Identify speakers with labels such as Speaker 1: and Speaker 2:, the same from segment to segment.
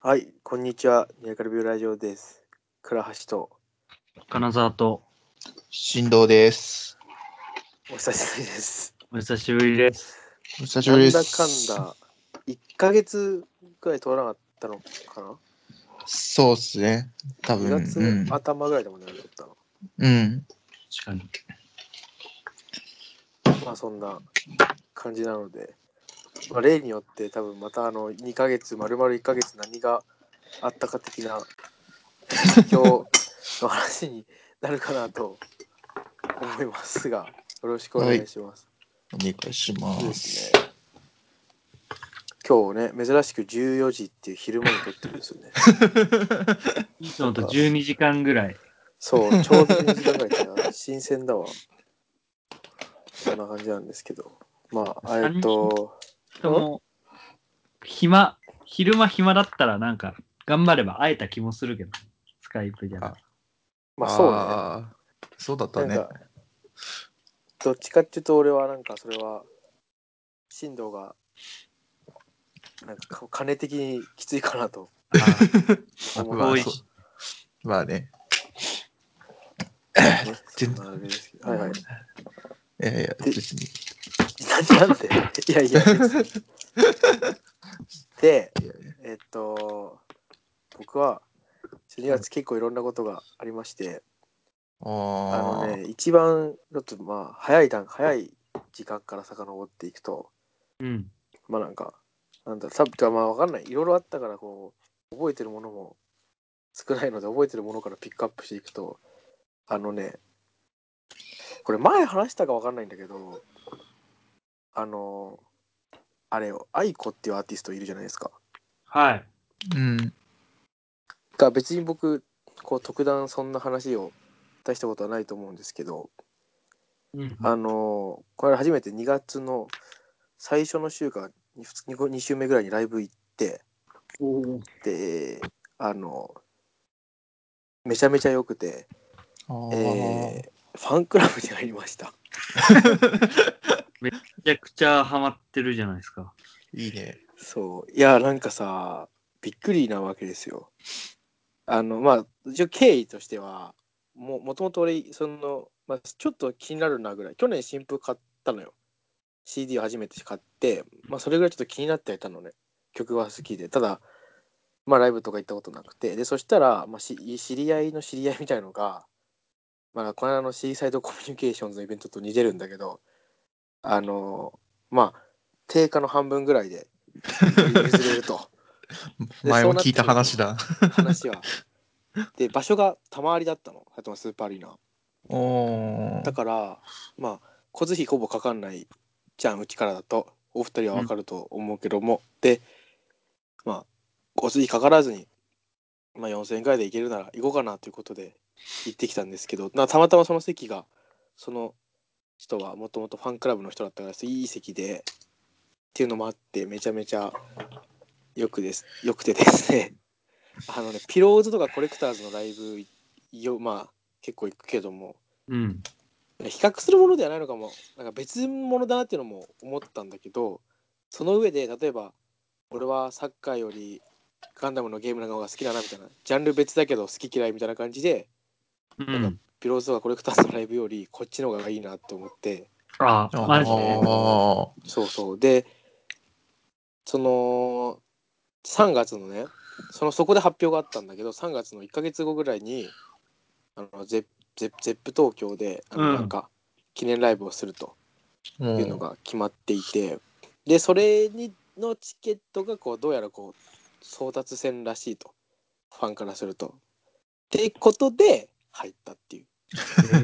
Speaker 1: はい、こんにちは。ニヤカルビューラジオです。倉橋と、
Speaker 2: 金沢と
Speaker 3: 振動です。
Speaker 1: お久しぶりです。
Speaker 2: お久しぶりです。
Speaker 3: お久し
Speaker 1: な
Speaker 3: ぶ
Speaker 1: ん
Speaker 3: りで
Speaker 1: だ
Speaker 3: す。
Speaker 1: かんだ、1ヶ月くらい通らなかったのかな、
Speaker 3: そうっすね。多
Speaker 1: ?2
Speaker 3: 分。
Speaker 1: 月
Speaker 3: うん。
Speaker 1: 頭ぐらいだもんね、撮ったの。
Speaker 3: うん。
Speaker 2: 確かに。
Speaker 1: まあ、そんな感じなので、まあ、例によって多分またあの、2ヶ月、丸々1ヶ月何があったか的な、今日の話になるかなと思いますが、よろしくお願いします。
Speaker 3: お願いしま。
Speaker 1: そうですすね。今日ね、珍しく14時っていう昼間に撮ってるんですよね。
Speaker 2: いつもと12時間ぐらい。
Speaker 1: そう、ちょうど2時間ぐらいかな。新鮮だわ。そんな感じなんですけど。まあ、えっと、
Speaker 2: 人も、暇、昼間暇だったらなんか、頑張れば会えた気もするけど、スカイプじゃなくて。
Speaker 1: まあそうね。
Speaker 3: あーそうだったね。
Speaker 1: なんかどっちかっていうと俺はなんかそれは、振動が、なんかか金的にきついかなと。 思う
Speaker 3: まあ
Speaker 2: 遠い
Speaker 3: そうまあね。
Speaker 1: ねそ
Speaker 3: 全
Speaker 1: んなあれですけどはいはい。
Speaker 3: いやいや、別に。
Speaker 1: なんで いやいや。別にで、
Speaker 3: いやいや
Speaker 1: えっと、僕は12月結構いろんなことがありまして、あ
Speaker 3: あ
Speaker 1: の
Speaker 3: ー
Speaker 1: ね、一番ちょっとまあ早い段、早い時間から遡っていくと、
Speaker 2: うん。
Speaker 1: まあなんか、なんだ、サブとはまあわかんない。いろいろあったから、こう、覚えてるものも少ないので、覚えてるものからピックアップしていくと、あのね、これ前話したかわかんないんだけど、あの、あれよ、アイコっていうアーティストいるじゃないですか。
Speaker 2: はい。
Speaker 3: うん。
Speaker 1: が別に僕こう特段そんな話を出したことはないと思うんですけど、
Speaker 2: うん
Speaker 1: あのーこれ初めて2月の最初の週か 2, 2週目ぐらいにライブ行ってであのめちゃめちゃ良くて、
Speaker 3: あー
Speaker 1: えーファンクラブに入りました
Speaker 2: めちゃくちゃハマってるじゃないですか。
Speaker 3: いいね。
Speaker 1: そういやなんかさびっくりなわけですよあのまあ一応経緯としてはももともと俺その、まあ、ちょっと気になるなぐらい去年新譜買ったのよ CD を初めて買って、まあ、それぐらいちょっと気になってはいたのね曲は好きでただまあライブとか行ったことなくてでそしたら、まあ、し知り合いの知り合いみたいのが、まあ、この間のシーサイドコミュニケーションズのイベントと似てるんだけどあのまあ定価の半分ぐらいで譲れると
Speaker 3: 前も聞いた話だ。
Speaker 1: 話は。で場所が賜りだったのあとはスーパーアリーナ。
Speaker 3: お
Speaker 1: だ
Speaker 3: ー
Speaker 1: からまあ交通費ほぼかかんないじゃんうちからだとお二人は分かると思うけども、でまあ交通費かからずに、まあ、4,000円ぐらいで行けるなら行こうかなということで行ってきたんですけどなたまたまその席がその人はもともとファンクラブの人だったからいい席でっていうのもあってめちゃめちゃよくですよくてですね あのねピローズとかコレクターズのライブよまあ結構行くけども
Speaker 2: うん。
Speaker 1: 比較するものではないのかもなんか別物だなっていうのも思ったんだけどその上で例えば俺はサッカーよりガンダムのゲームの方が好きだなみたいなジャンル別だけど好き嫌いみたいな感じで
Speaker 2: うん。
Speaker 1: ピローズとかコレクターズのライブよりこっちの方がいいなって思って
Speaker 2: あ
Speaker 3: あ
Speaker 2: あ、マジで。
Speaker 3: ー
Speaker 1: そうそうでその3月のねそのそこで発表があったんだけど3月の1ヶ月後ぐらいにあのゼッゼッゼップ東京であ
Speaker 2: う
Speaker 1: の
Speaker 2: ん
Speaker 1: なんか記念ライブをすると。
Speaker 3: うん
Speaker 1: いうのが決まっていて、でそれにのチケットがこうどうやらこう争奪戦らしいとファンからすると。ってことで入ったっていう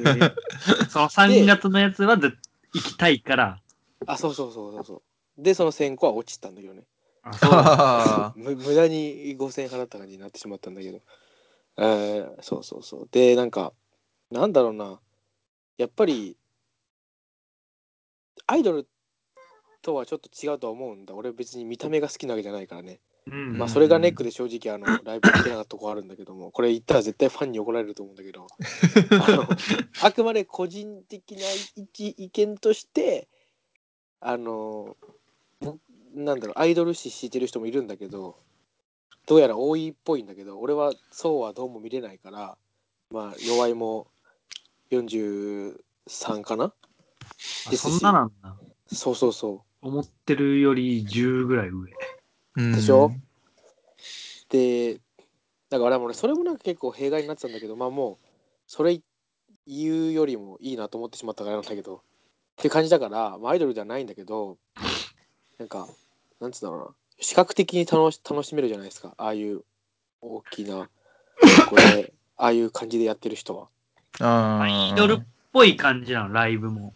Speaker 2: その3月のやつはず行きたいから。
Speaker 1: あそうそうそうそうそうでその1000個は落ちたんだけどね
Speaker 2: あそう
Speaker 3: あ
Speaker 1: む無駄に5000円払った感じになってしまったんだけど、えーそうそうそうでなんかなんだろうなやっぱりアイドルとはちょっと違うとは思うんだ俺別に見た目が好きなわけじゃないからね
Speaker 2: うん
Speaker 1: まあそれがネックで正直あのライブ行けなかったとこあるんだけどもこれ行ったら絶対ファンに怒られると思うんだけ どあのあくまで個人的な一意見としてあのぼなんだろうアイドル視してる人もいるんだけどどうやら多いっぽいんだけど俺はそうはどうも見れないからまあ弱いも43かな
Speaker 2: あそんななんだ。
Speaker 1: そうそうそ
Speaker 2: 思ってるより10ぐらい上。
Speaker 3: うん
Speaker 1: でしょうでだから俺それもなんか結構弊害になってたんだけどまあもうそれ言うよりもいいなと思ってしまったからなんだけどっていう感じだから、まあ、アイドルではないんだけどなんかなんつうんだろうな視覚的に楽し楽しめるじゃないですかああいう大きなこれああいう感じでやってる人は。
Speaker 3: あ
Speaker 2: ア
Speaker 3: ー
Speaker 2: イドルっぽい感じなの、ライブも。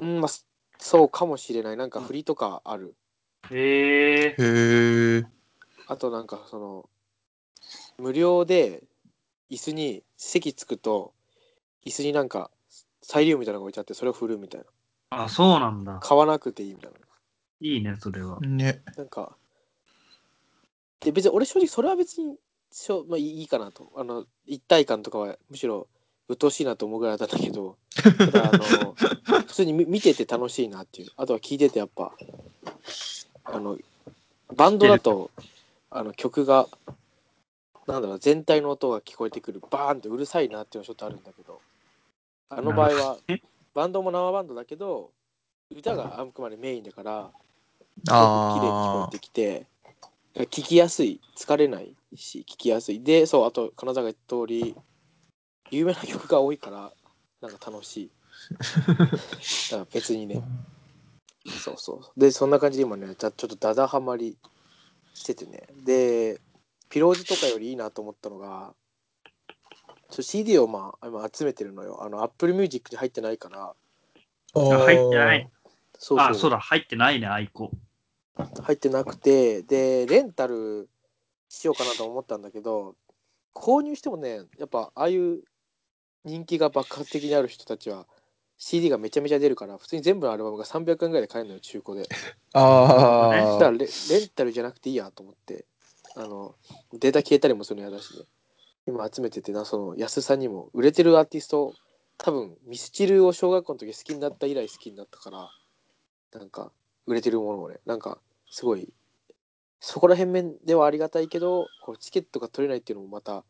Speaker 1: うんまあそそうかもしれないなんか振りとかある、
Speaker 2: へえ。
Speaker 3: へえ。
Speaker 1: あとなんかその無料で椅子に席つくと椅子になんかサイリウムみたいなのが置いてあってそれを振るみたいな
Speaker 2: あ、そうなんだ。
Speaker 1: 買わなくていいみたいない
Speaker 2: いね、それは。
Speaker 3: ね。
Speaker 1: なんかで別に俺正直それは別にしょ、まあ、いいかなとあの一体感とかはむしろ鬱陶しいなと思うぐらいだったんだけどただあの普通に見見てて楽しいなっていうあとは聞いててやっぱあのバンドだとあの曲がなんだろう全体の音が聞こえてくるバーンってうるさいなっていうのはちょっとあるんだけどあの場合は
Speaker 2: なる
Speaker 1: バンドも生バンドだけど歌があくまでメインだからすごく綺麗に聞こ
Speaker 3: あ
Speaker 1: えてきて聞きやすい疲れないし聞きやすいでそうあと金沢が言った通り有名な曲が多いからなんか楽 しいだから別にねそうそうでそんな感じで今ねちょちょっとダダハマりしててねでピローズとかよりいいなと思ったのがちょ CD をまあ今集めてるのよあの Apple Music に入ってないから
Speaker 3: あ。
Speaker 2: あ入ってない。
Speaker 1: そうそう
Speaker 2: あ、そうだ、入ってないね、アイコ。
Speaker 1: 入ってなくてでレンタルしようかなと思ったんだけど購入してもねやっぱああいう人気が爆発的にある人たちは CD がめちゃめちゃ出るから普通に全部のアルバムが300円ぐらいで買えるのよ中古でだ
Speaker 3: あ
Speaker 1: から
Speaker 3: あ。
Speaker 1: レレンタルじゃなくていいやと思ってあのデータ消えたりもするのやだしね今集めててなその安さにも売れてるアーティスト多分ミスチルを小学校の時好きになった以来好きになったからなんか売れてるものをねなんかすごいそこら辺面ではありがたいけどこうチケットが取れないっていうのもまた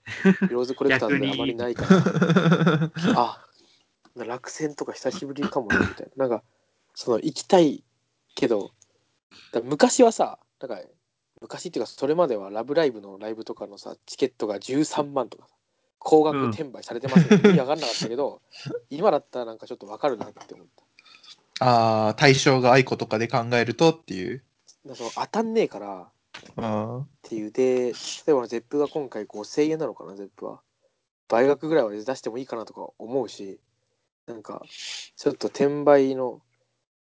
Speaker 1: ローズコレクターズであまりないからあ落選とか久しぶりかもなみたいななんかその行きたいけどだ昔はさなんか昔っていうかそれまでは「ラブライブ!」のライブとかのさチケットが13万とかさ高額転売されてますね、意味わかんなかったけど今だったらなんかちょっとわかるなって思った
Speaker 3: ああ、対象が愛子とかで考えるとっていう。
Speaker 1: だからその当たんねえからっ
Speaker 3: あ
Speaker 1: ていうで例えばゼップが今回5000円なのかなゼップは倍額ぐらいは出してもいいかなとか思うしなんかちょっと転売の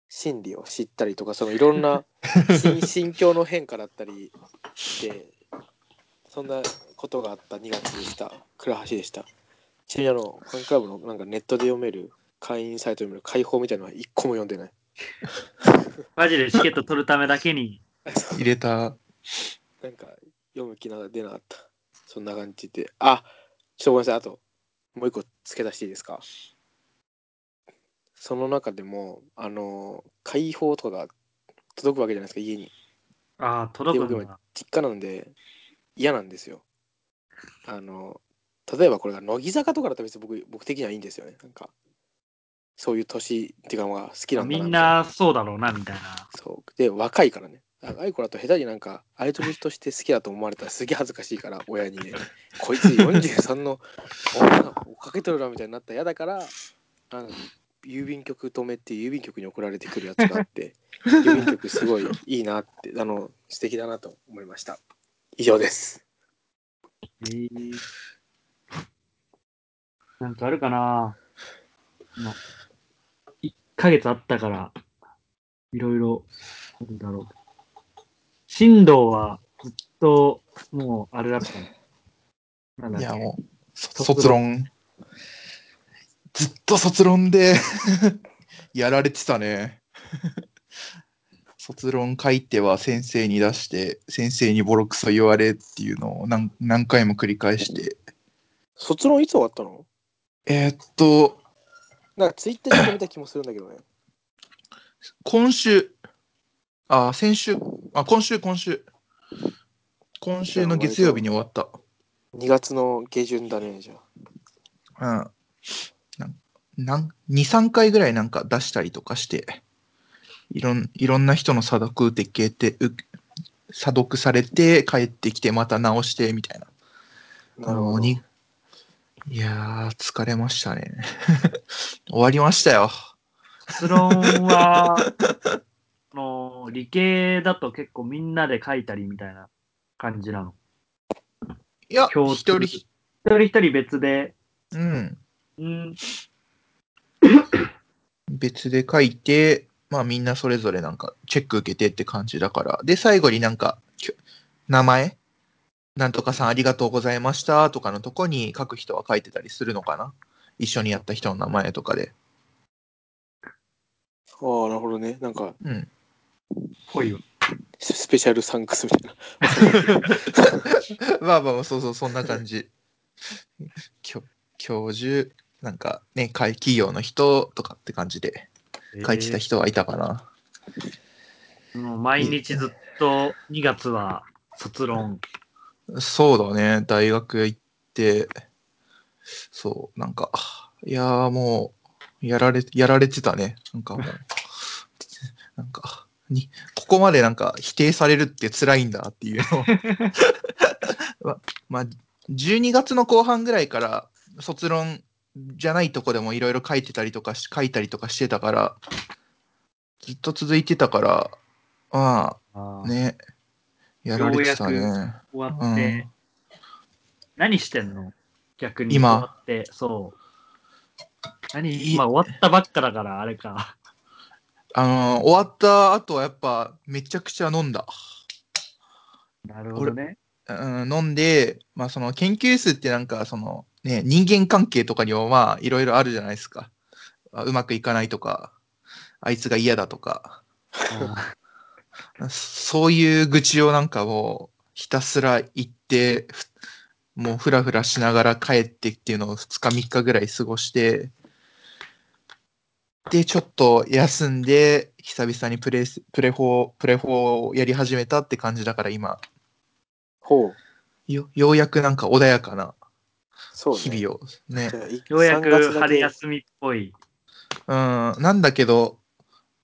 Speaker 1: 心理を知ったりとかそのいろんな心心境の変化だったりしてそんなことがあった2月でした倉橋でしたちなみにあのファンクラブのなんかネットで読める会員サイトで読める解放みたいなのは1個も読んでない
Speaker 2: マジでチケット取るためだけに。
Speaker 3: あ。入れた。
Speaker 1: なんか読む気が出なかったそんな感じであちょっとごめんなさいあともう一個付け足していいですかその中でもあの解放とかが届くわけじゃないですか家に
Speaker 2: ああ、届く
Speaker 1: で
Speaker 2: ん
Speaker 1: 僕
Speaker 2: だ。
Speaker 1: 実家なんで嫌なんですよあの例えばこれが乃木坂とかだったら別に僕僕的にはいいんですよねなんかそういう年っていうかまあ好きなんだ
Speaker 2: み
Speaker 1: みたい
Speaker 2: んなそうだろうな、みたいな。
Speaker 1: そうで若いからねああいこらと下手になんかアイドルとして好きだと思われたらすげえ恥ずかしいから親にねこいつ43の女が追っかけとるなみたいになったら嫌だからあの郵便局止めっていう郵便局に送られてくるやつがあって郵便局すごいいいなってあの素敵だなと思いました以上です
Speaker 2: えーなんかあるかなまあ1ヶ月あったから、いろいろあるだろう。振動はずっともうあれだったの。なんだっ
Speaker 3: い
Speaker 2: け
Speaker 3: や、もう、そ
Speaker 2: 卒
Speaker 3: 卒論。ずっと卒論で やられてたね。 卒論書いては先生に出して、先生にボロクソ言われっていうのを何何回も繰り返して。
Speaker 1: 卒論いつ終わったの
Speaker 3: えーっと、
Speaker 1: なんかツイッターで見た気もするんだけどね
Speaker 3: 今週、あ、先週、あ、今週、今週。今週の月曜日に終わった。
Speaker 1: 2月の下旬だね、じゃあ。
Speaker 3: うん。なんなん2、3回ぐらいなんか出したりとかして、いろんいろんな人の査読受けて、う査読されて、帰ってきて、また直して、みたいな。
Speaker 1: なるほ
Speaker 3: もう
Speaker 1: ど。
Speaker 3: にいやー、疲れましたね。 終わりましたよ。
Speaker 2: 卒論は、あの理系だと結構みんなで書いたりみたいな感じなの。
Speaker 3: いや、
Speaker 2: 共
Speaker 3: 一
Speaker 2: 通
Speaker 3: 人ひ、
Speaker 2: 一人一人別で、
Speaker 3: うん、
Speaker 2: うん、
Speaker 3: 別で書いて、まあみんなそれぞれなんかチェック受けてって感じだから。で、最後になんか、きょ名前なんとかさんありがとうございましたとかのとこに書く人は書いてたりするのかな一緒にやった人の名前とかで。
Speaker 1: ああ、なるほどね。なんか、
Speaker 3: うん。
Speaker 2: ぽいよ。
Speaker 1: ススペシャルサンクスみたいな。
Speaker 3: まあまあまあ、そうそう、そんな感じ。 きょ教授、なんかね、会企業の人とかって感じで書いてた人はいたかな。
Speaker 2: えーもう毎日ずっと2月は卒論。
Speaker 3: そうだね、大学行って、そう、なんか、いやーもう、やられ、やられてたね。なんかもう、 なんか、に、ここまでなんか否定されるって辛いんだっていう のをま、まあ、12月の後半ぐらいから卒論じゃないとこでもいろいろ書いてたりとかし、書いたりとかしてたから、ずっと続いてたから、ま
Speaker 2: あ
Speaker 3: あ、ね、やられて
Speaker 2: よ
Speaker 3: た
Speaker 2: う
Speaker 3: ね。
Speaker 2: 終
Speaker 3: う
Speaker 2: わって、
Speaker 3: ん
Speaker 2: 何してんの逆に
Speaker 3: 今
Speaker 2: 終わって、そう。何
Speaker 3: い
Speaker 2: 今終わったばっかだから、あれ か。
Speaker 3: あのー終わった後はやっぱめちゃくちゃ飲んだ。
Speaker 2: なるほどね。
Speaker 3: うん、飲んで、まあその研究室ってなんかそのね、人間関係とかにもまあいろいろあるじゃないですか。あうまくいかないとか、あいつが嫌だとか、
Speaker 2: あ
Speaker 3: そういう愚痴をなんかもうひたすら言って、ふもうふらふらしながら帰ってっていうのを2日3日ぐらい過ごして、で、ちょっと休んで、久々にプレスプレホプレホをやり始めたって感じだから今、
Speaker 1: ほう。
Speaker 3: よようやくなんか穏やかな
Speaker 1: そうね。
Speaker 3: 日々をね
Speaker 1: じゃあい
Speaker 2: ーようや
Speaker 1: 3月だ
Speaker 2: く
Speaker 1: け
Speaker 2: 春休みっぽい。
Speaker 3: うん、なんだけど、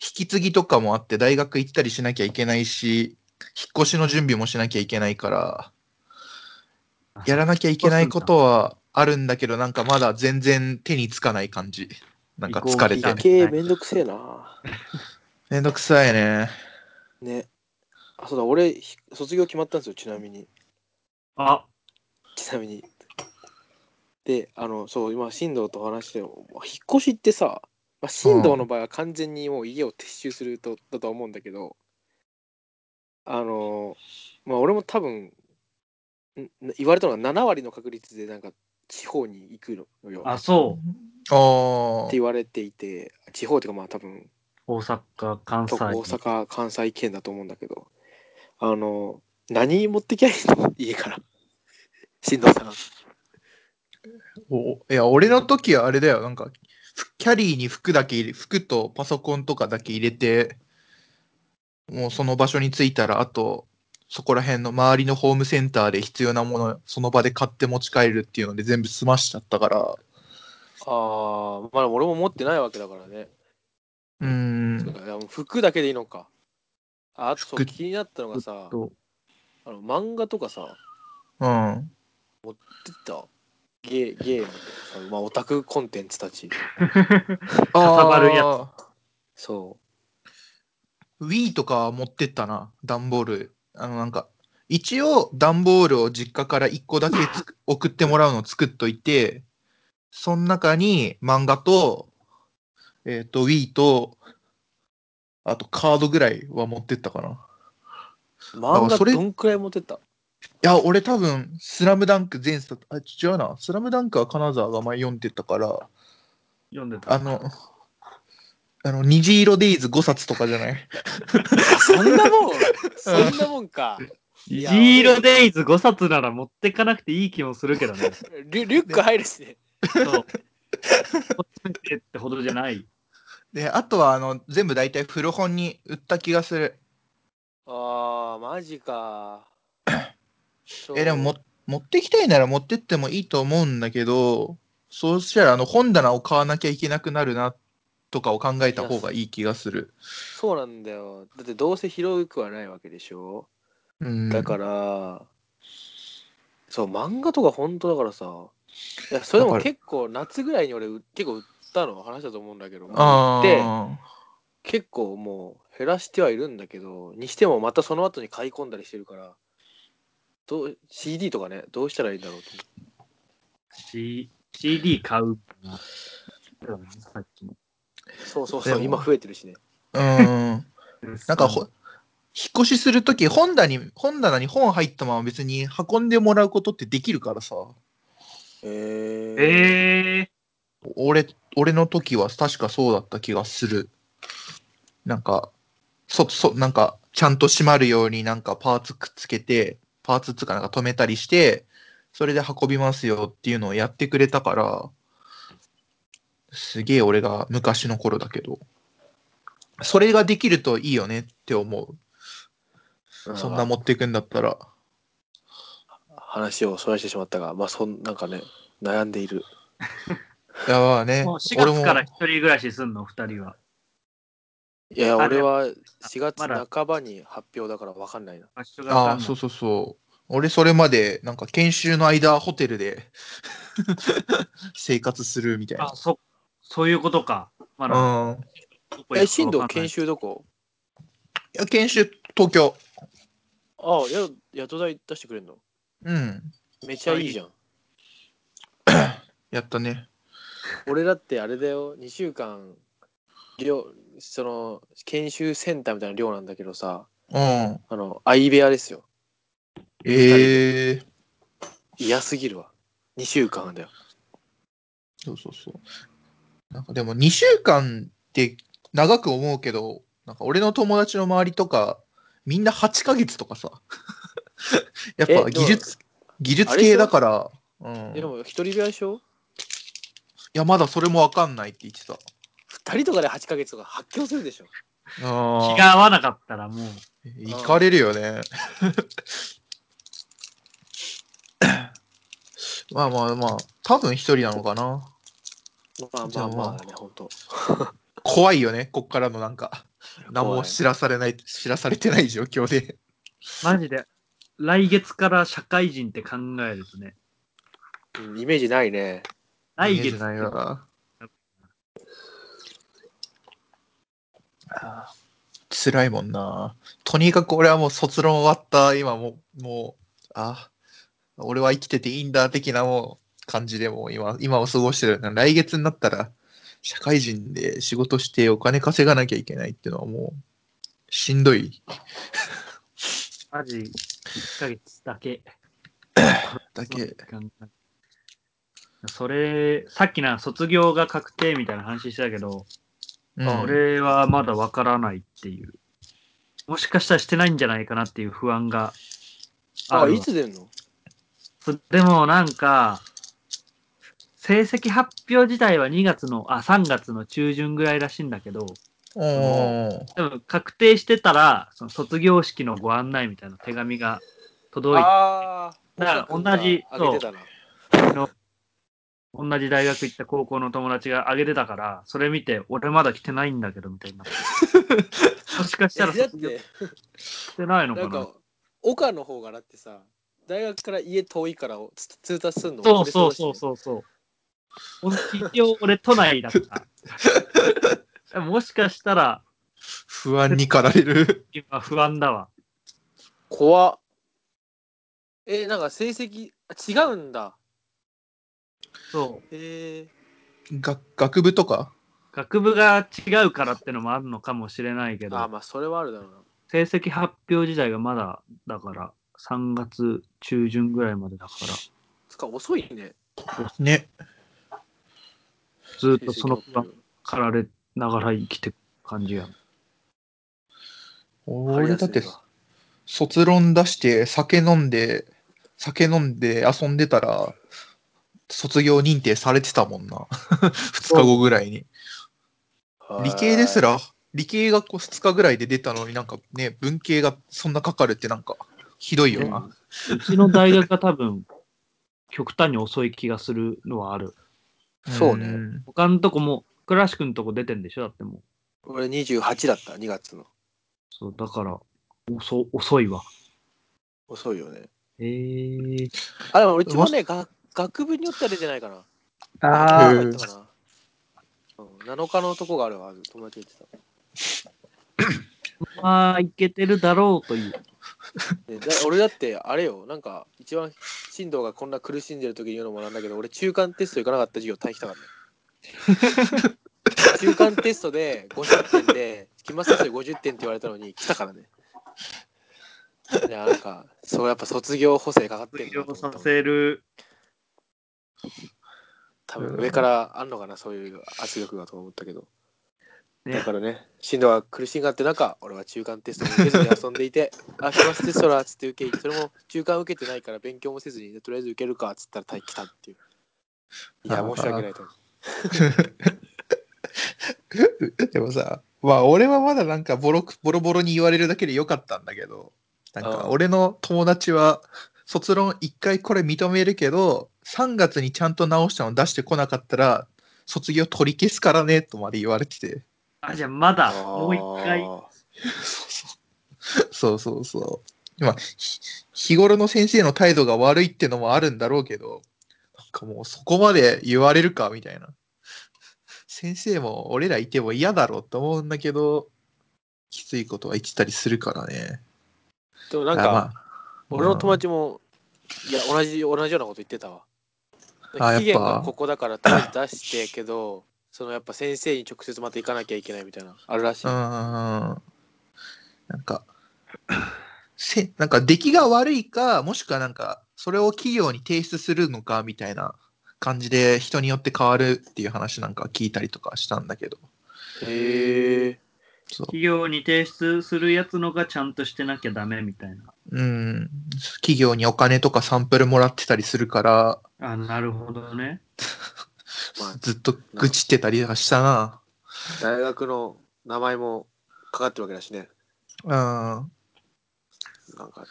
Speaker 3: 引き継ぎとかもあって、大学行ったりしなきゃいけないし、引っ越しの準備もしなきゃいけないから、やらなきゃいけないことはあるんだけど、なんかまだ全然手につかない感じ。なんか疲れ
Speaker 2: 移行
Speaker 3: て
Speaker 2: 期間。
Speaker 1: 経営めんどくせえな。
Speaker 3: めんどくさいね。
Speaker 1: ね。あ、そうだ、俺、ひ卒業決まったんですよ、ちなみに。
Speaker 2: あ、
Speaker 1: ちなみに。で、あの、そう、今、新藤とお話して、引っ越しってさ、まあ、新藤の場合は完全にもう家を撤収すると、だとは思うんだけど、あの、まあ、俺も多分、ん言われたのが7割の確率で、なんか、地方に行くのよ。
Speaker 2: あ、
Speaker 1: って
Speaker 2: そう。
Speaker 3: ああ。
Speaker 1: 言われていて、地方っていうか、まあ、多分、
Speaker 2: 大阪、関西。
Speaker 1: と大阪関西圏だと思うんだけどあの何持ってきゃいいの家から 新藤さん
Speaker 3: おいや、俺の時はあれだよ。なんか、ふキャリーに服だけ入れ、服とパソコンとかだけ入れて、もうその場所に着いたら、あと、そこら辺の周りのホームセンターで必要なもの、その場で買って持ち帰るっていうので全部済ましちゃったから、
Speaker 1: ああまあ俺も持ってないわけだからね、
Speaker 3: うーん、
Speaker 1: 服だけでいいのかああとそう
Speaker 3: 服
Speaker 1: 気になったのがさ
Speaker 2: と
Speaker 1: あの漫画とかさ
Speaker 3: うん。
Speaker 1: 出てたゲーゲームとかさ、まあ、オタクコンテンツたち
Speaker 3: あ
Speaker 2: さばるや
Speaker 1: そ
Speaker 3: つ。Wii とか持ってったな、段ボール。あの、なんか、一応、段ボールを実家から1個だけつく送ってもらうのを作っといて、その中に漫画と、えっ、と、Wii と、あとカードぐらいは持ってったかな。いう
Speaker 1: 漫
Speaker 3: あ
Speaker 1: 画
Speaker 3: それ
Speaker 1: どんくらい持ってった
Speaker 3: や、俺多分、スラムダンク全作、あ、違うな。スラムダンクは金沢が前読んでたから、
Speaker 2: 読んでた。
Speaker 3: あの、あの、虹色デイズ5冊とかじゃない。
Speaker 1: あそんな もんそんなもんかいや
Speaker 2: ジーロデイズ5冊なら持ってかなくていい気もするけどね。
Speaker 1: リュリュック入るしね
Speaker 2: そう。持ってってほどじゃない。
Speaker 3: で、あとは、あの、全部大体古本に売った気がする。
Speaker 1: ああマジか
Speaker 3: え、でもも持ってきたいなら持ってってもいいと思うんだけど、そうしたらあの本棚を買わなきゃいけなくなるなとかを考えた方がいい気がする。
Speaker 1: そうなんだよだってどうせ広くはないわけでしょ
Speaker 3: うん、
Speaker 1: だから、そう漫画とか本当だからさいやそれでも
Speaker 3: わか
Speaker 1: 結構夏ぐらいに俺う結構売ったの話だと思うんだけど
Speaker 3: あ
Speaker 1: で
Speaker 3: あ。
Speaker 1: 結構もう減らしてはいるんだけどにしてもまたその後に買い込んだりしてるからどう CD とかねどうしたらいいんだろうと思
Speaker 2: C、CD 買うな。だよねさっきの
Speaker 1: うそうそう
Speaker 3: で
Speaker 1: そう
Speaker 3: も
Speaker 1: 今増えてるしね
Speaker 3: うん。なんかほ、引っ越しするとき、本棚に、本棚に本入ったまま別に運んでもらうことってできるからさ。
Speaker 1: えー、
Speaker 2: え
Speaker 3: 俺、俺の時は確かそうだった気がする。なんか、そ、そ、なんか、ちゃんと閉まるようになんかパーツくっつけて、パーツっつうかなんか止めたりして、それで運びますよっていうのをやってくれたから、すげえ俺が昔の頃だけど、それができるといいよねって思う。そんな持ってくんだったら。
Speaker 1: 話をそらしてしまったがまあそんなんかね悩んでいる
Speaker 3: いやばね
Speaker 2: ー、もう。4
Speaker 3: 俺
Speaker 2: 月
Speaker 3: も
Speaker 2: から一人暮らしすんの、二人は。
Speaker 1: いや
Speaker 2: あ
Speaker 1: 俺は4月
Speaker 2: まだ
Speaker 1: 半ばに発表だから分かんないな
Speaker 2: 場所がわか
Speaker 3: あ
Speaker 2: ん
Speaker 3: あ、
Speaker 2: ない
Speaker 3: そうそうそう。俺、それまで、なんか、研修の間、ホテルで 生活するみたい
Speaker 2: あそ、そういうことか。まだ、
Speaker 3: な。うん。
Speaker 2: どこ行くかわかんな
Speaker 1: え
Speaker 2: い
Speaker 1: 進藤研修どこ
Speaker 3: いや、研修、東京。
Speaker 1: ああや宿題出してくれんの
Speaker 3: うん。
Speaker 1: めちゃいいじゃん
Speaker 3: やったね。
Speaker 1: 俺だってあれだよ2週間寮その研修センターみたいな寮なんだけどさ
Speaker 3: うん。
Speaker 1: あの相部屋ですよ
Speaker 3: ええ
Speaker 1: 嫌すぎるわ2週間だよ
Speaker 3: そうそうそう。なんか、でも、2週間って長く思うけど、なんか、俺の友達の周りとか、みんな8ヶ月とかさ。 やっ
Speaker 1: えで
Speaker 3: ぱ、
Speaker 1: も
Speaker 3: 技術、技
Speaker 1: あ
Speaker 3: 術
Speaker 1: れでし
Speaker 3: 系
Speaker 1: ょ
Speaker 3: だから、うん。
Speaker 1: えで
Speaker 3: い
Speaker 1: も一人部屋でしょ
Speaker 3: や、まだそれもわかんないって言ってた。
Speaker 1: 2人とかで8ヶ月とか発狂するでしょ
Speaker 3: ああ
Speaker 2: 気。が合わなかったらもう、
Speaker 3: 行かれる よね。まあまあまあ、多分一人なのかな。
Speaker 1: まあ
Speaker 3: じ
Speaker 1: まあ
Speaker 3: ゃあまあ
Speaker 1: まあね本当
Speaker 3: 怖いよね、こっからのなんか、何
Speaker 1: 怖
Speaker 3: も
Speaker 1: い
Speaker 3: 知らされない、知らされてない状況で。
Speaker 2: マジで、来月から社会人って考えるとね、
Speaker 1: うんイメージないね
Speaker 2: 来
Speaker 3: 見え
Speaker 2: 月
Speaker 3: て
Speaker 2: っ
Speaker 3: ない
Speaker 2: て
Speaker 3: わ。あー辛いもんな。とにかく俺はもう卒論終わった、今もう、もう、あ、俺は生きてていいんだ、的なもう感じでもう今、今を過ごしてる。来月になったら、社会人で仕事してお金稼がなきゃいけないっていうのはもう、しんどい
Speaker 2: マジ1ヶ月だけ。
Speaker 3: だけ。
Speaker 2: それ、さっきな、卒業が確定みたいな話してたけど、
Speaker 3: うん、
Speaker 2: 俺はまだわからないっていう。もしかしたらしてないんじゃないかなっていう不安が
Speaker 1: あ
Speaker 2: あるわ
Speaker 1: いつ出んの
Speaker 2: そでもなんか、成績発表自体は2月の、あ、3月の中旬ぐらいらしいんだけど、
Speaker 3: うん
Speaker 2: 多分確定してたら、その卒業式のご案内みたいな手紙が届い
Speaker 1: あ
Speaker 2: だから同じ
Speaker 1: あげてたな
Speaker 2: ての、同じ大学行った高校の友達があげてたから、それ見て、俺まだ来てないんだけど、みた いな。もしかしたら
Speaker 1: えだっ
Speaker 2: 卒業
Speaker 1: て
Speaker 2: してないの
Speaker 1: な
Speaker 2: か
Speaker 1: ん
Speaker 2: な
Speaker 1: か岡の方がだってさ大学から家遠いからつ通達すんの
Speaker 2: そうそうそう
Speaker 1: う
Speaker 2: そうそう。俺一応俺都内だ から。もしかしたら
Speaker 3: 不安に駆られる。
Speaker 2: 今不安だわ。
Speaker 1: 怖っえなんか成績あ違うんだ
Speaker 2: そう。
Speaker 1: え
Speaker 3: 学学部とか
Speaker 2: 学部が違うからってのもあるのかもしれないけ
Speaker 1: ー、あ
Speaker 2: ど、
Speaker 1: まあそれはあるだろうな
Speaker 2: 成績発表自体がまだだから、3月中旬ぐらいまでだから、
Speaker 1: つか遅いね
Speaker 3: ね。
Speaker 2: ずっ
Speaker 1: 成
Speaker 2: と
Speaker 1: 績
Speaker 2: その不
Speaker 1: 発
Speaker 2: 安
Speaker 1: 表
Speaker 2: かられながら生きてく感じやん。
Speaker 1: わかり
Speaker 3: 俺
Speaker 1: やす
Speaker 3: だ
Speaker 1: い
Speaker 3: って
Speaker 1: わ
Speaker 3: 卒論出して酒飲んで酒飲んで遊んでたら卒業認定されてたもんな 2日後ぐらいに理系ですら理系がこう2日ぐらいで出たのになんかね文系がそんなかかるってなんかひどいよな。
Speaker 2: うちの大学が多分、極端に遅い気がするのはある。
Speaker 1: そうね
Speaker 3: ん
Speaker 2: 他のとこも、倉敷のとこ出てんでしょだってもう。
Speaker 1: 俺28だった2月の
Speaker 2: そう、だから、遅遅いわ。
Speaker 1: 遅いよね
Speaker 2: えー、
Speaker 1: あでもうちもねが学部によっては出てないかな
Speaker 2: あ
Speaker 1: 入
Speaker 3: ー
Speaker 1: ったかな、うん、7日のとこがあるわ友達言ってた
Speaker 2: まあ、いけてるだろうという。
Speaker 1: でだ俺だってあれよなんか一番進藤がこんな苦しんでる時に言うのもなんだけど俺中間テスト行かなかった授業大したかったよ中間テストで50点で期末テストで50点って言われたのに来たからねいやなんかそうやっぱ卒業補正かかってるなと思ったもん
Speaker 2: る。
Speaker 1: 多分上からあんのかなそういう圧力がと思ったけど
Speaker 2: ね
Speaker 1: だからね進藤は苦しんがって中俺は中間テストも受けずに遊んでいて あ期末テストだっつって受けそれも中間受けてないから勉強もせずにとりあえず受けるかっつったら大来たっていういや
Speaker 3: あー
Speaker 1: 申し訳ないと思う
Speaker 3: でもさ、まあ俺はまだなんかボロクボロボロに言われるだけでよかったんだけど、なん
Speaker 1: ああ
Speaker 3: か俺の友達は卒論一回これ認めるけど、3月にちゃんと直したの出してこなかったら、卒業取り消すからねとまで言われてて、
Speaker 2: あ、じゃあまだ、
Speaker 1: あー
Speaker 2: もう一回。
Speaker 3: そうそうそう。まあ、ひ日頃の先生の態度が悪いってのもあるんだろうけど、なんかもうそこまで言われるかみたいな。先生も俺らいても嫌だろうと思うんだけど、きついことは言ってたりするからね。
Speaker 1: でもなん
Speaker 3: あま
Speaker 1: か
Speaker 3: あ
Speaker 1: 俺の友達もいや同じ同じようなこと言ってたわ
Speaker 3: あやっぱ
Speaker 1: 期限がここだからとりあえず出してけどそのやっぱ先生に直接また行かなきゃいけないみたいなあるらしい、
Speaker 3: うんうんうん。なんか、 せなんか出来が悪いか、もしくはなんか、それを企業に提出するのかみたいな感じで人によって変わるっていう話なんか聞いたりとかしたんだけど。
Speaker 1: へえ
Speaker 3: そう
Speaker 2: 企業に提出するやつのがちゃんとしてなきゃダメみたいな。
Speaker 3: うん、企業にお金とかサンプルもらってたりするから、
Speaker 2: あ、なるほどね。
Speaker 1: まあ
Speaker 3: ずっと愚痴ってたりとかしたな。
Speaker 1: 大学の名前もかかってるわけだしね
Speaker 3: うん、
Speaker 1: なんか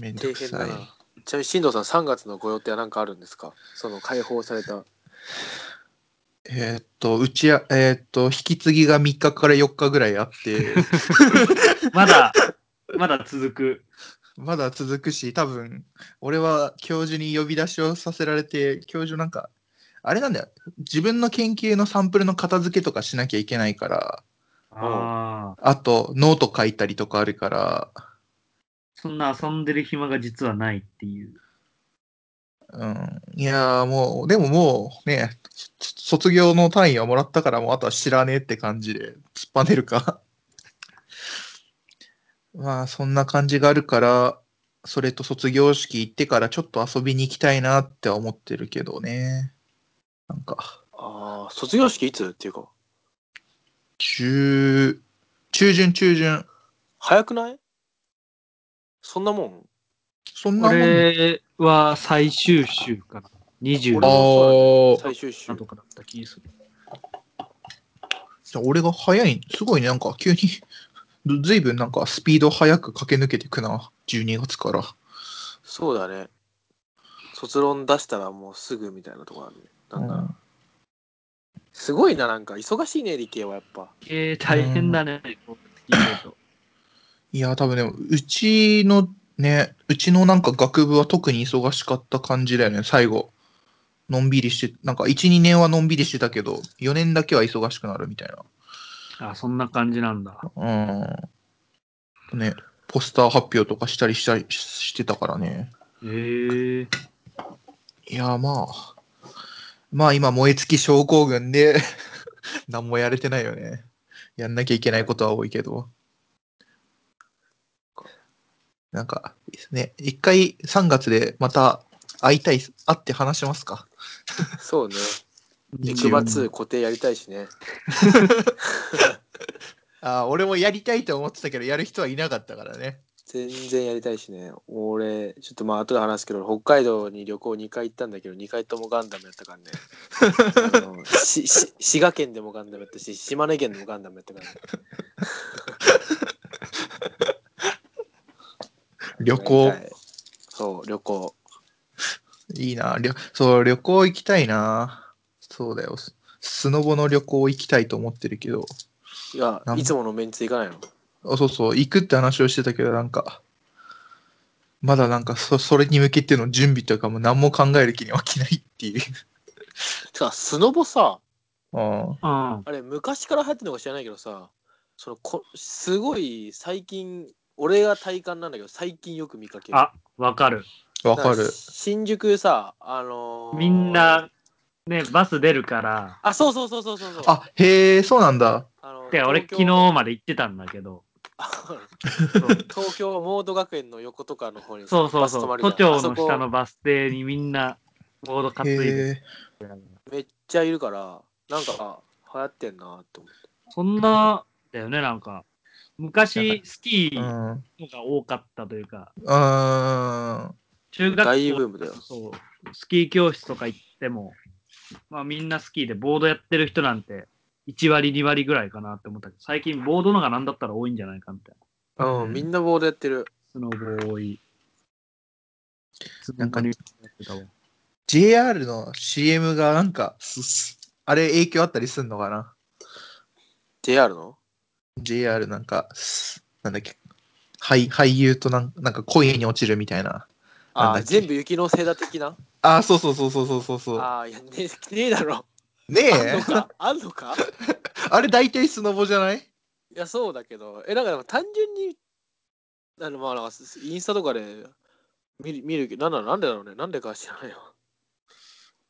Speaker 3: めんど
Speaker 1: 大
Speaker 3: く
Speaker 1: 変だ
Speaker 3: さい。
Speaker 1: なちなみに進藤さん3月のご予定は何かあるんですかその解放された
Speaker 3: えーっと、うちや、えーっと、引き継ぎが3日から4日ぐらいあって、
Speaker 2: まだ、まだ続く。
Speaker 3: まだ続くし、多分、俺は教授に呼び出しをさせられて、教授なんか、あれなんだよ、自分の研究のサンプルの片付けとかしなきゃいけないから、
Speaker 2: ああ、
Speaker 3: あと、ノート書いたりとかあるから、
Speaker 2: そんな遊んでる暇が実はないっていう。
Speaker 3: うん、いやーもう、でももうね、そ卒業の単位はもらったから、もうあとは知らねえって感じで、突っぱねるか。 まあ、そんな感じがあるから、それと卒業式行ってからちょっと遊びに行きたいなって思ってるけどね。なんか、
Speaker 1: あー卒業式いつっていうか
Speaker 3: 中、中旬中旬、
Speaker 1: 早くないそんなもん
Speaker 3: そんなもん。
Speaker 2: 俺は最終週かな。
Speaker 1: 俺も
Speaker 3: あ
Speaker 2: 20
Speaker 1: そうだ
Speaker 3: ー
Speaker 1: ね最終週
Speaker 2: なとかだった気がする。
Speaker 3: じゃあ俺が早い、すごいね、なんか急に、ずずいぶんなんかスピード早く駆け抜けてくな、12月から。
Speaker 1: そうだね卒論出したらもうすぐみたいなとこあるねなんかすごいななんか忙しいね理系はやっぱ
Speaker 2: えー、大変だね。こう聞いてると
Speaker 3: いや、多分でも、うちのね、うちのなんか学部は特に忙しかった感じだよね、最後。のんびりして、なんか1、2年はのんびりしてたけど、4年だけは忙しくなるみたい
Speaker 2: あ、そんな感じなんだ。
Speaker 3: な。うん。ね、ポスター発表とかしたりしたりししてたからね。
Speaker 2: えー、
Speaker 3: いや、まあ、まあ今、燃え尽き症候群で、 何もやれてないよね。やんなきゃいけないことは多いけど。なんか、いいですね。一回3月でまた会いたい、会って話しますか。
Speaker 1: そうね
Speaker 3: 一応
Speaker 1: 肉バ2固定やりたいしね
Speaker 3: ああ、俺もやりたいと思ってたけど、やる人はいなかったからね。
Speaker 1: 全然やりたいしね俺ちょっとまあ後で話すけど北海道に旅行2回行ったんだけど2回ともガンダムやったからねあ のしし滋賀県でもガンダムやったし島根県でもガンダムやったからね
Speaker 3: 旅行
Speaker 1: みたいそう旅行
Speaker 3: いいな。りょそう、旅行行きたいな。そうだよ。ススノボの旅行行きたいと思ってるけど。
Speaker 1: いや
Speaker 3: なん
Speaker 1: いつものメンツ行かないの
Speaker 3: あそうそう、行くって話をしてたけど、なんか、まだなんかそ、それに向けての準備とかも何も考える気には起きないっていう。
Speaker 1: てかスノボさ
Speaker 3: あ
Speaker 2: あ
Speaker 1: あれ昔から流行ってるのか知らないけどさそのこすごい最近俺が体感なんだけど最近よく見かける
Speaker 2: あ、わかる。
Speaker 3: あ、わか
Speaker 1: だ
Speaker 3: る
Speaker 1: ら。新宿さあのー
Speaker 2: みんな、ね、バス出るから。
Speaker 1: あそうそうそうそうそうそう
Speaker 3: あ、へえ、そうなんだ。
Speaker 1: あの
Speaker 2: で、俺昨
Speaker 1: 東京
Speaker 2: 日まで行ってたんだけど。
Speaker 1: そう 東京モード学園の横とかの方に
Speaker 2: そうそう
Speaker 1: バス止
Speaker 2: そ
Speaker 1: ま
Speaker 2: う。
Speaker 1: るじゃ
Speaker 2: 都
Speaker 1: ん
Speaker 2: 庁
Speaker 1: あそ
Speaker 2: の
Speaker 1: こ
Speaker 2: 下のバス停にみんな、ボード担いで。
Speaker 3: へえ。
Speaker 1: めっちゃいるからなんか流行ってんなって思って
Speaker 2: そんな、だよね、なんか。昔、スキ
Speaker 3: う
Speaker 2: ー
Speaker 3: ん。うん。
Speaker 2: のが多かったというか、
Speaker 3: あ
Speaker 2: 中学校
Speaker 1: 大ブームだよ
Speaker 2: そう、スキー教室とか行っても、まあみんなスキーでボードやってる人なんて、1割、2割ぐらいかなって思ったけど、最近ボードのが何だったら多いんじゃないかみたいな。
Speaker 1: うん、みんなボードやってる
Speaker 2: スノボ多い。スノボに
Speaker 3: なんか
Speaker 2: やってたわ
Speaker 3: JR の CM がなんか、すすあれ影響あったりすんのかな
Speaker 1: JR の
Speaker 3: ?JR なんか、すなんだっけ。俳俳優となんなんか恋に落ちるみたいな。なんだ
Speaker 1: あ
Speaker 3: っけ
Speaker 1: 全部雪のせいだ的な
Speaker 3: あ、そうそうそうそうそうそうそう。
Speaker 1: あーいやねねえだろ
Speaker 3: ね
Speaker 1: あん
Speaker 3: え
Speaker 1: の。かあんのか
Speaker 3: あれ大体スノボじゃない
Speaker 1: いやそうだけどえなんかでも単純にあのまあなんかすインスタとかで見る見るけどなんだなんでだろうねなんでか知らないよ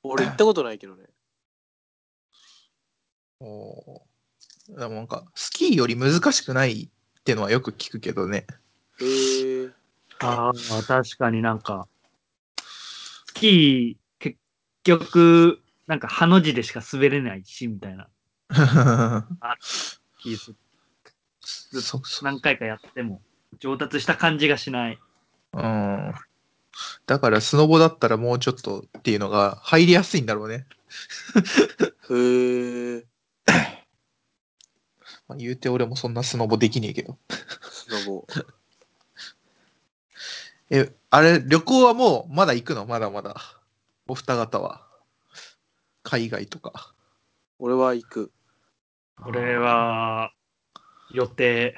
Speaker 1: 俺行ったことないけどね
Speaker 3: おーでもなんか、スキーより難しくないってのはよく聞くけどね。
Speaker 1: へえー、
Speaker 2: ああ、確かになんか、スキー、結局、なんか、ハの字でしか滑れないし、みたいな。スキーす
Speaker 3: そそ
Speaker 2: 何回かやっても、上達した感じがしない。
Speaker 3: うん。だから、スノボだったらもうちょっとっていうのが入りやすいんだろうね。
Speaker 1: へえ
Speaker 3: まあ、言うて俺もそんなスノボできねえけど。
Speaker 1: スノボ
Speaker 3: え、あれ、旅行はもうまだ行くのまだまだ。お二方は。海外とか。
Speaker 1: 俺は行く
Speaker 2: これは、予定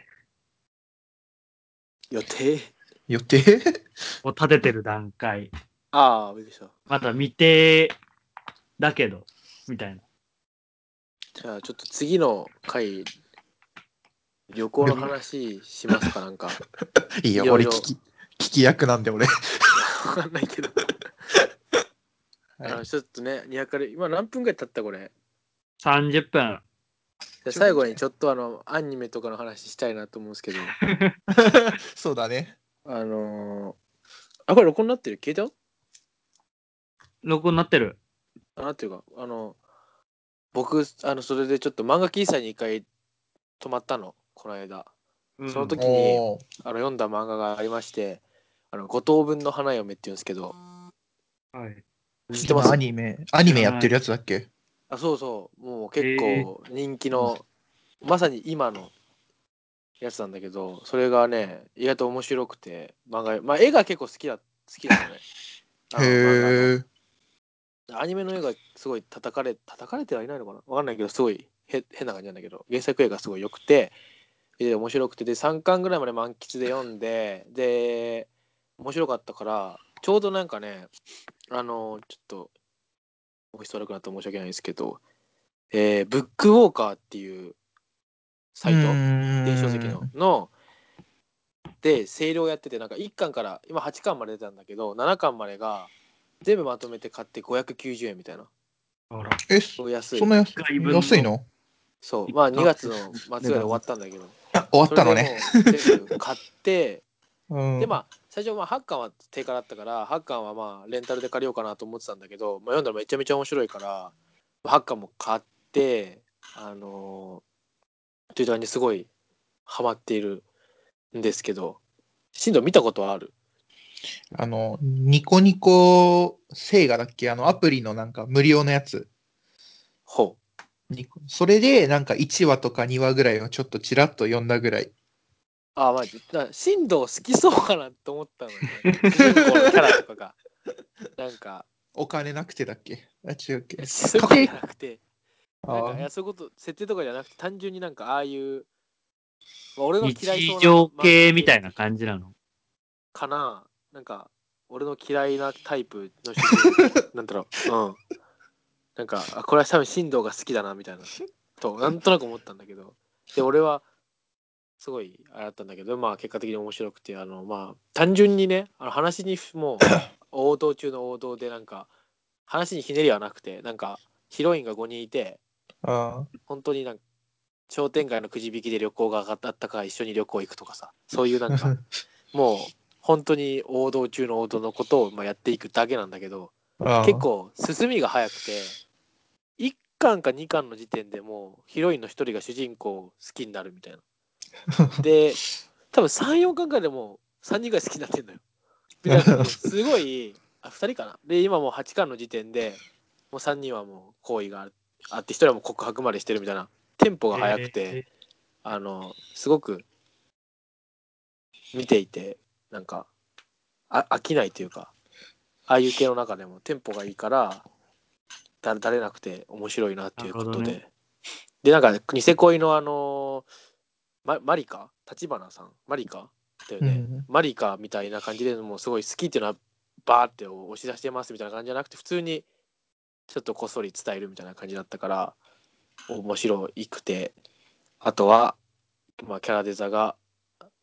Speaker 1: 予定
Speaker 3: 予定
Speaker 2: を立ててる段階。
Speaker 1: ああびっくりした
Speaker 2: まだ未定だけど、みたいな。
Speaker 1: じゃあちょっと次の回旅行の話します かなんか
Speaker 3: いいよ、
Speaker 1: いろい
Speaker 3: 俺
Speaker 1: ろ
Speaker 3: 聞き、聞き役なんで俺。
Speaker 1: わかんないけどあのちょっとね200回今何分ぐらい経ったこれ
Speaker 2: 30分。
Speaker 1: じゃあ最後にちょっとあのアニメとかの話したいなと思うんですけど
Speaker 3: そうだね。
Speaker 1: あのー、あこれ録音になってる消えたよ
Speaker 2: 録音なってる。
Speaker 1: あなっていうかあの僕あのそれでちょっと漫画喫茶に一回泊まったのこの間
Speaker 2: うん
Speaker 1: その時に
Speaker 3: おー
Speaker 1: あの読んだ漫画がありまして「あの五等分の花嫁」って言うんですけど
Speaker 2: はい
Speaker 1: 知ってます
Speaker 3: アニメ、アニメやってるやつだっけ
Speaker 1: あそうそうもう結
Speaker 2: へえ
Speaker 1: 構人気の、まさに今のやつなんだけどそれがね意外と面白くて漫画、まあ、絵が結構好きだ好きな のねあの漫
Speaker 3: へえ。
Speaker 1: 画のアニメの絵がすごい叩かれ叩かれてはいないのかなわかんないけどすごいへ変な感じなんだけど原作絵がすごい良くてで面白くてで3巻ぐらいまで満喫で読んでで面白かったからちょうどなんかねあのちょっとお人悪くなって申し訳ないんですけど、えーブックウォーカーっていうサイト電
Speaker 3: 電
Speaker 1: 子書籍ののでセールをやっててなんか1巻から今8巻まで出たんだけど7巻までが全部まとめて買って590円みたいな
Speaker 2: あら
Speaker 3: え、
Speaker 1: そ
Speaker 3: そう
Speaker 1: 安い
Speaker 3: そんな安
Speaker 2: 回分の
Speaker 3: 安いの
Speaker 1: そうまあ2月の末ぐらいで終わったんだけど
Speaker 3: あ終わったのね。
Speaker 1: それでもう全部買って
Speaker 3: うん
Speaker 1: でまあ最初まあ8巻は定価だったから8巻はまあレンタルで借りようかなと思ってたんだけど、まあ、読んだらめちゃめちゃ面白いから8巻も買ってあのー、という段にすごいハマっているんですけど進藤見たことはある
Speaker 3: あの、ニコニコセイガだっけあの、アプリのなんか無料のやつ。
Speaker 1: ほう
Speaker 3: ニコそれで、なんか1話とか2話ぐらいをちょっとちらっと読んだぐらい。
Speaker 1: あ、まあ、な進藤好きそうかなって思ったのよ、 ね。主人公のキャラとかが。なんか、
Speaker 3: お金なくてだっけあ、違うっけ
Speaker 1: すごいじゃなくて、なん
Speaker 3: あ
Speaker 1: か、いや、そういうこと、設定とかじゃなくて、単純になんか、ああいう、まあ俺の嫌いそう
Speaker 2: 日
Speaker 1: な
Speaker 2: 常系みたいな感じなの。
Speaker 1: かななんか俺の嫌いなタイプの人なんだろううんなんかあこれは多分進藤が好きだなみたいなとなんとなく思ったんだけどで俺はすごいあれだったんだけどまあ結果的に面白くてあのまあ単純にねあの話にもう王道中の王道でなんか話にひねりはなくてなんかヒロインが5人いて
Speaker 3: あ
Speaker 1: 本当になんか商店街のくじ引きで旅行が上がったか一緒に旅行行くとかさそういうなんか
Speaker 3: ー
Speaker 1: もう本当に王道中の王道のことをまあやっていくだけなんだけど
Speaker 3: あー。
Speaker 1: 結構進みが早くて1巻か2巻の時点でもうヒロインの1人が主人公を好きになるみたい な。で多分34巻からいでもう3人ぐらい好きになってんのよ。みたいなすごいあ2人かな。で今もう8巻の時点でもう3人はもう好意があるあって1人はもう告白までしてるみたいなテンポが速くて。あのすごく見ていてなんかあ飽きないというかああいう系の中でもテンポがいいからだだれなくて面白いなっていうこと
Speaker 2: なる
Speaker 1: で、
Speaker 2: ほど
Speaker 1: でなんかニセ恋のあのま、マリカ立花さんマリカだよね、
Speaker 3: うん
Speaker 1: マリカみたいな感じでもうすごい好きっていうのはバーって押し出してますみたいな感じじゃなくて普通にちょっとこっそり伝えるみたいな感じだったから面白いくてあとは、まあ、キャラデザが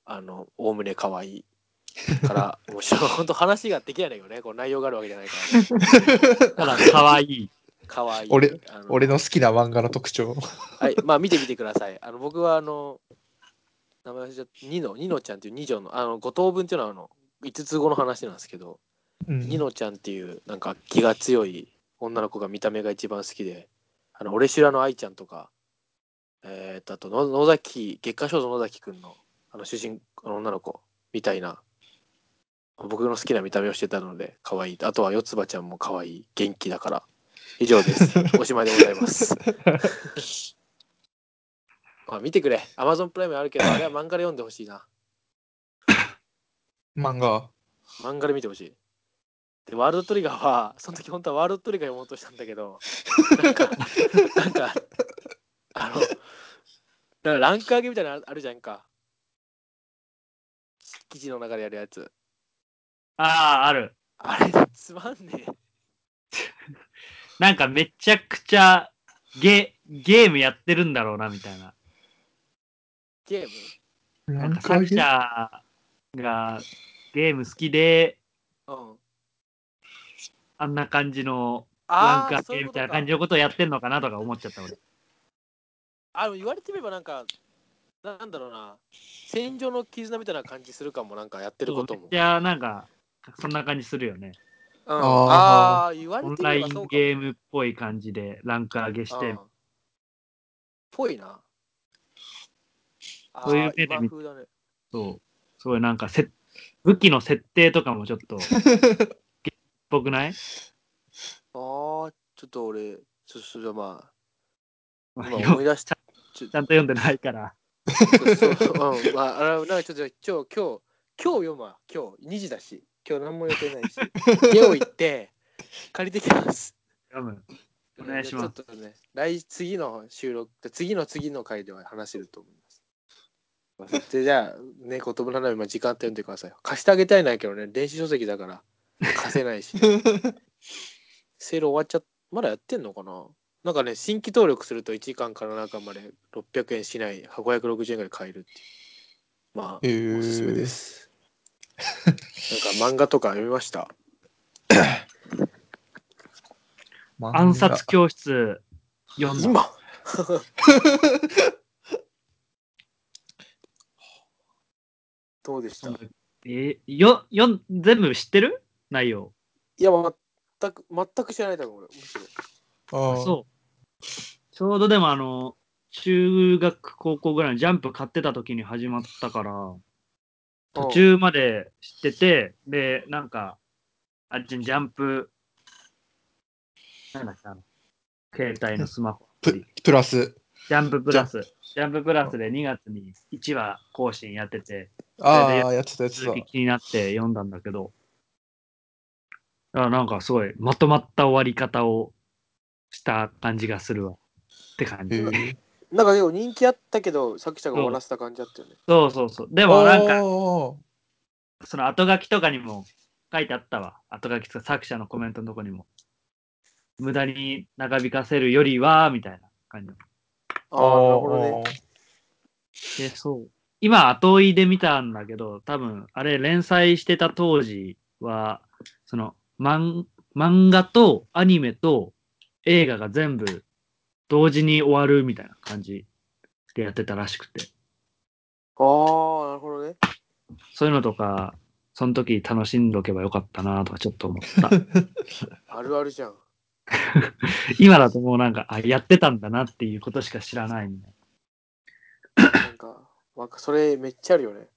Speaker 1: あのおおむね可愛い から面白い本当話ができないんだけどねこう内容があるわけじゃないから、ね、
Speaker 2: た だ、可愛い。
Speaker 1: 可愛い
Speaker 3: 俺
Speaker 1: あの
Speaker 3: 俺の好きな漫画の特徴。
Speaker 1: はい、まあ見てみてください。あの僕はあの、名前忘れちゃった、ニノ、ニノちゃんっていう二条の、あの、五等分っていうのはあの、五つ子の話なんですけど、
Speaker 3: うん
Speaker 1: ニノちゃんっていう、なんか気が強い女の子が見た目が一番好きで、あの、俺修羅の愛ちゃんとか、えー、と、あとの、野崎、月刊少女野崎くんの、あの、主人、あの女の子みたいな、僕の好きな見た目をしてたので、可愛い。あとは、四つ葉ちゃんも可愛い。元気だから。以上 です。おしまいでございます。 まあ見てくれ。アマゾンプライムあるけど、あれは漫画で読んでほしいな。
Speaker 3: 漫画。
Speaker 1: 漫画で見てほしい。で、ワールドトリガーは、 その時本当はワールドトリガー読もうとしたんだけ ど、なんか、なんか、あの、なんかランク上げみたいなのあるじゃんか。記事の中でやるやつ。
Speaker 2: ああ、ある。
Speaker 1: あれ、つまんねえ。
Speaker 2: なんかめちゃくちゃゲゲームやってるんだろうな、みたいな。
Speaker 1: ゲーム
Speaker 2: な
Speaker 3: なんん
Speaker 2: か
Speaker 3: か上
Speaker 2: 作
Speaker 3: げ
Speaker 2: 者がゲーム好きで、
Speaker 1: うん。
Speaker 2: あんな感じのラ
Speaker 1: あ
Speaker 2: ン
Speaker 1: あ
Speaker 2: カ、ー
Speaker 1: そうい
Speaker 2: 系
Speaker 1: う
Speaker 2: み
Speaker 1: こ
Speaker 2: た
Speaker 1: と
Speaker 2: いな感じ
Speaker 1: か。
Speaker 2: のことをやってんのかなとか思っちゃった俺。
Speaker 1: あの言われてみればなんか、なんだろうな。戦場の絆みたいな感じするかも、なんかやってること
Speaker 2: めっ
Speaker 1: も。
Speaker 2: ちゃなんか、そんな感じするよね。
Speaker 1: うん、あ
Speaker 3: あ
Speaker 1: あー言わ
Speaker 2: オ
Speaker 1: れ
Speaker 2: ン
Speaker 1: てみ
Speaker 2: ラ
Speaker 1: れ
Speaker 2: イ
Speaker 1: ばそう
Speaker 2: ン
Speaker 1: かも
Speaker 2: ゲームっぽい感じでランク上げして
Speaker 1: うん、ぽいな
Speaker 2: そういう目
Speaker 1: あー
Speaker 2: で見
Speaker 1: 今風だね
Speaker 2: そう。すごいなんかせ、武器の設定とかもちょっと、ゲームっぽくない
Speaker 1: あーちょっと俺そそれはまあ
Speaker 2: まあ
Speaker 1: 今
Speaker 2: よ
Speaker 1: 思い出したちょ
Speaker 2: ちゃんと読んでないから。
Speaker 1: そうそううんまああれなんかちょっとじゃあ今日今日今日読むわ今日2時だし今日何も予定 ないし家を行って借りてきます
Speaker 2: 読む。お願いします
Speaker 1: ちょっとね来次の収録次の次の回では話せると思いますでじゃあね言葉なら今時間あって読んでください貸してあげたいないけどね電子書籍だから貸せないし セール終わっちゃっまだやってんのかななんかね新規登録すると1時間から7巻まで600円しない560円ぐらい買えるっていうまあ
Speaker 3: えー
Speaker 1: おすすめです、なんか漫画とか読みました
Speaker 3: 漫画
Speaker 2: 暗殺教室読んだ。
Speaker 1: 今 どうでしたい
Speaker 2: えーよ、よん、全部知ってる内容。
Speaker 1: や全く全く知らないだろ俺むしろ
Speaker 3: ああ
Speaker 2: そう。ちょうどでもあの、中学、高校ぐらいのジャンプ買ってた時に始まったから、途中まで知ってて、で、なんか、あっちにジャンプ、なんだっけ、あの、携帯のスマホ。
Speaker 3: ププラス
Speaker 2: ジャンププラス。ジャンププラスで2月に1話更新やってて、
Speaker 3: ああ、やってたやってた
Speaker 2: 続き。気になって読んだんだけど、だからなんかすごいまとまった終わり方をした感じがするわ。って感じ。
Speaker 3: へー
Speaker 1: なんか結構人気あったけど作者が終わらせた感じだったよね。
Speaker 2: そうそうそう。でもなんか、
Speaker 3: おー
Speaker 2: その後書きとかにも書いてあったわ。後書きとか作者のコメントのとこにも。無駄に長引かせるよりは、みたいな感じ。
Speaker 1: ああなるほどね。
Speaker 2: で、そう。今、後追いで見たんだけど、多分、あれ、連載してた当時は、その、漫漫画とアニメと映画が全部同時に終わるみたいな感じでやってたらしくて、
Speaker 1: ああなるほどね。
Speaker 2: そういうのとか、その時楽しんどけばよかったなとかちょっと思った。
Speaker 1: あるあるじゃん。
Speaker 2: 今だともうなんか、あ、やってたんだなっていうことしか知らないみたい
Speaker 1: なんかなんかそれめっちゃあるよね。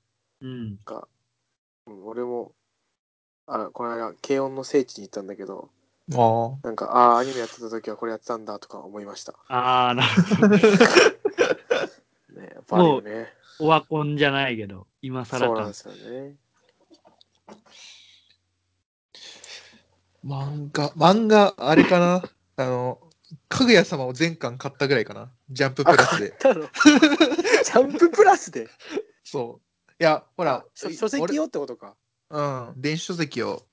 Speaker 2: な。うん。
Speaker 1: うん俺もあこの間軽音の聖地に行ったんだけど
Speaker 3: あ
Speaker 1: なんかああアニメやってた時はこれやってたんだとか思いました。
Speaker 2: あー、なるほど。
Speaker 1: ねやっぱあるよね。
Speaker 2: オワコンじゃないけど、今
Speaker 1: そ
Speaker 2: 更
Speaker 1: うなん
Speaker 2: か
Speaker 1: で。すよね。
Speaker 3: あ。漫画、漫画、あれかな あの、かぐや様を全巻買ったぐらいかなジャンププ
Speaker 1: あ
Speaker 3: ラス
Speaker 1: 買っ
Speaker 3: で。
Speaker 1: たの ジャンププラスで
Speaker 3: そう。いや、ほら、
Speaker 1: 書書籍
Speaker 3: 俺
Speaker 1: 用ってことか。
Speaker 3: うん、電子書籍を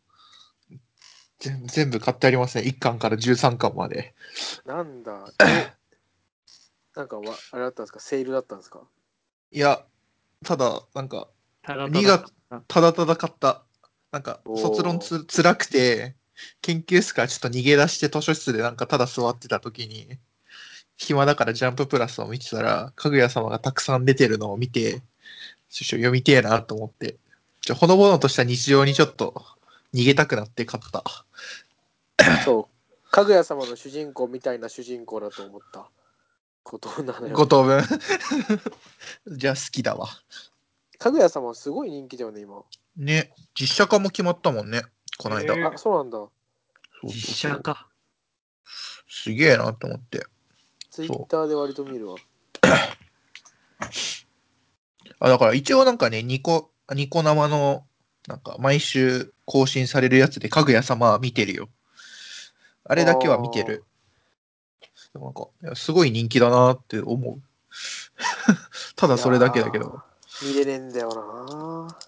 Speaker 3: 全全部買ってありますね。1巻から13巻まで。
Speaker 1: なんだ。えなんかわあれだったんですかセールだったんですか
Speaker 3: いや、ただ、なんか、
Speaker 2: ただただ
Speaker 3: 二月ただただ買った。なんか、
Speaker 1: おー
Speaker 3: 卒論つ辛くて、研究室からちょっと逃げ出して図書室でなんかただ座ってた時に、暇だからジャンププラスを見てたら、かぐや様がたくさん出てるのを見て、ちょっと読みてえなと思って、ちょほのぼのとした日常にちょっと逃げたくなって買った。
Speaker 1: そう。かぐや様の主人公みたいな主人公だと思ったことなの
Speaker 3: 五
Speaker 1: よ。
Speaker 3: 等 分。じゃあ好きだわ。
Speaker 1: かぐや様すごい人気だよね、今。
Speaker 3: ね、実写化も決まったもんね、この間。
Speaker 2: へえ
Speaker 1: あ、そうなんだ。
Speaker 3: そうそうそう
Speaker 2: 実写化。
Speaker 3: すげえなと思って。
Speaker 1: ツイッターで割と見るわ。
Speaker 3: あ、だから一応なんかね、ニコ、ニコ生の、なんか毎週更新されるやつで、かぐや様は見てるよ。あれだけは見てる。でもなんかいや、すごい人気だなって思う。 ただそれだけだけ
Speaker 1: いや
Speaker 3: ど。
Speaker 1: ー。見れねえんだよな。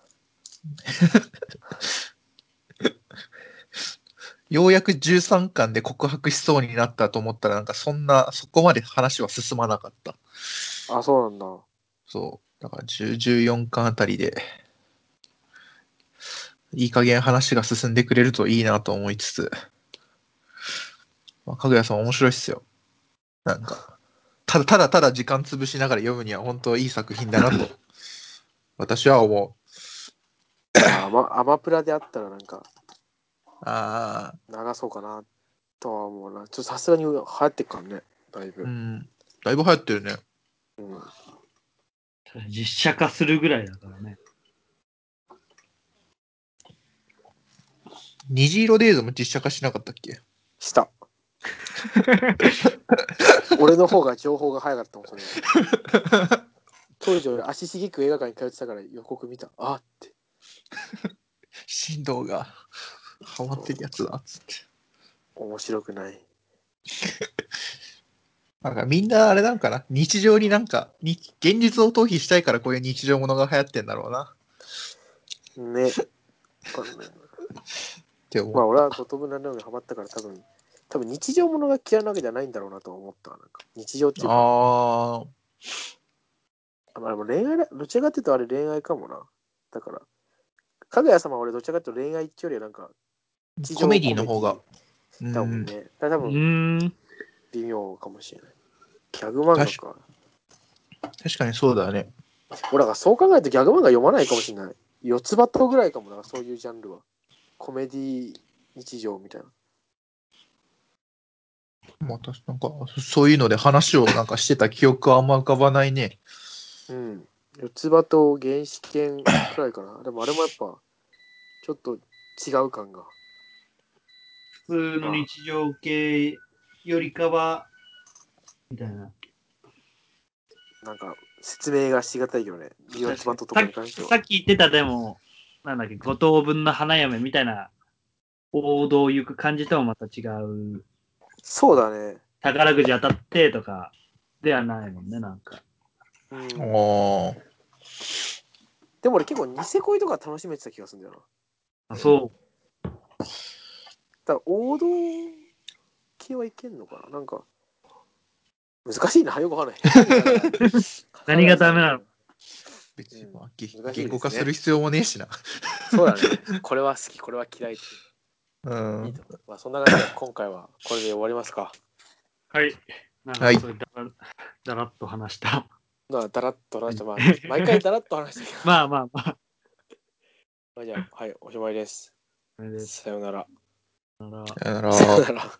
Speaker 3: ようやく13巻で告白しそうになったと思ったら、なんかそんな、そこまで話は進まなかった。
Speaker 1: あ、そう なんだ。
Speaker 3: そう。だから10 14巻あたりで、いい加減話が進んでくれるといいなと思いつつ、まあ、かぐやさん面白いっすよ。なんか、ただただただ時間潰しながら読むには本当いい作品だなと、私は思う。
Speaker 1: あまアマプラであったらなんか
Speaker 3: ああ、
Speaker 1: 流そうかなとは思うな。ちょっとさすがに流行ってっからね、だいぶ。
Speaker 3: うん。だいぶ流行ってるね。
Speaker 1: うん
Speaker 2: ただ実写化するぐらいだからね。
Speaker 3: 虹色デイズも実写化しなかったっけ
Speaker 1: した。俺の方が情報が早かったもん、それは当時俺、足しげく映画館に通ってたから予告見た。あって。
Speaker 3: 振動がハマってるやつだっつって。
Speaker 1: 面白くない。
Speaker 3: なんかみんなあれなんかな日常になんかに現実を逃避したいからこういう日常ものが流行ってんだろうな
Speaker 1: ね。 わかんない
Speaker 3: って思う、
Speaker 1: まあ俺は五分七分にハマったから多分、多分日常ものが嫌いなわけじゃないんだろうなとは思った。なんか日常っていうか、
Speaker 3: あ
Speaker 1: あまあでも恋愛だ、どちらかっていうとあれ恋愛かもな。だから、かぐや様は俺どちらかっていうと恋愛っていうよりはなんか、日
Speaker 3: ー
Speaker 1: 常
Speaker 3: コメディの方が
Speaker 1: コ
Speaker 3: う
Speaker 1: メディ
Speaker 3: ん
Speaker 1: だもんね。だから
Speaker 2: う
Speaker 1: 多分
Speaker 2: ーん。
Speaker 1: 微妙かもしれない。ギャグ漫画
Speaker 3: 確
Speaker 1: か。
Speaker 3: 確かにそうだね
Speaker 1: 俺らそう考えるとギャグ漫画読まないかもしれない。四つ葉とぐらいかもな、そういうジャンルは。コメディ日常みたいな。
Speaker 3: またなんかそういうので話をなんかしてた記憶はあんま浮かばないね
Speaker 1: うん。四つ葉と原始圏くらいかな。でもあれもやっぱ、ちょっと違う感が。
Speaker 2: 普通の日常系よりかは、みたいな。
Speaker 1: なんか説明がしがたいよね。ビヨンズバットとかに関して
Speaker 2: さ
Speaker 1: は。
Speaker 2: っき言ってたでも、なんだっけ、五等分の花嫁みたいな王道を行く感じとはまた違う。
Speaker 1: そうだね。
Speaker 2: 宝くじ当たってとかではないもんね、なんか。
Speaker 1: うん、
Speaker 3: ああ
Speaker 1: でも俺結構ニセ恋とか楽しめてた気がするんだよな。
Speaker 2: あそ
Speaker 1: だから王道系はいけんのかななんか難しいなよくわかん ない
Speaker 2: 何がダメなの
Speaker 3: 別に、
Speaker 1: うん
Speaker 3: まあ、ぎ
Speaker 1: 難しいですね
Speaker 3: 言語化する必要もねえしな。
Speaker 1: そうだねこれは好きこれは嫌いって
Speaker 3: うん
Speaker 1: いい。と、まあ、そんな感じで 今回はこれで終わりますか
Speaker 2: う。はい。なんか
Speaker 3: はい
Speaker 2: そうだらだらっと話した。
Speaker 1: まあだらっと話して、まあ、毎回だらっと話してるけど
Speaker 2: まあまあまあ。
Speaker 1: まあじゃあはいおしまいです
Speaker 2: それで
Speaker 1: さようなら
Speaker 2: さよなら
Speaker 3: さよな
Speaker 1: さよ
Speaker 3: ら
Speaker 1: うなら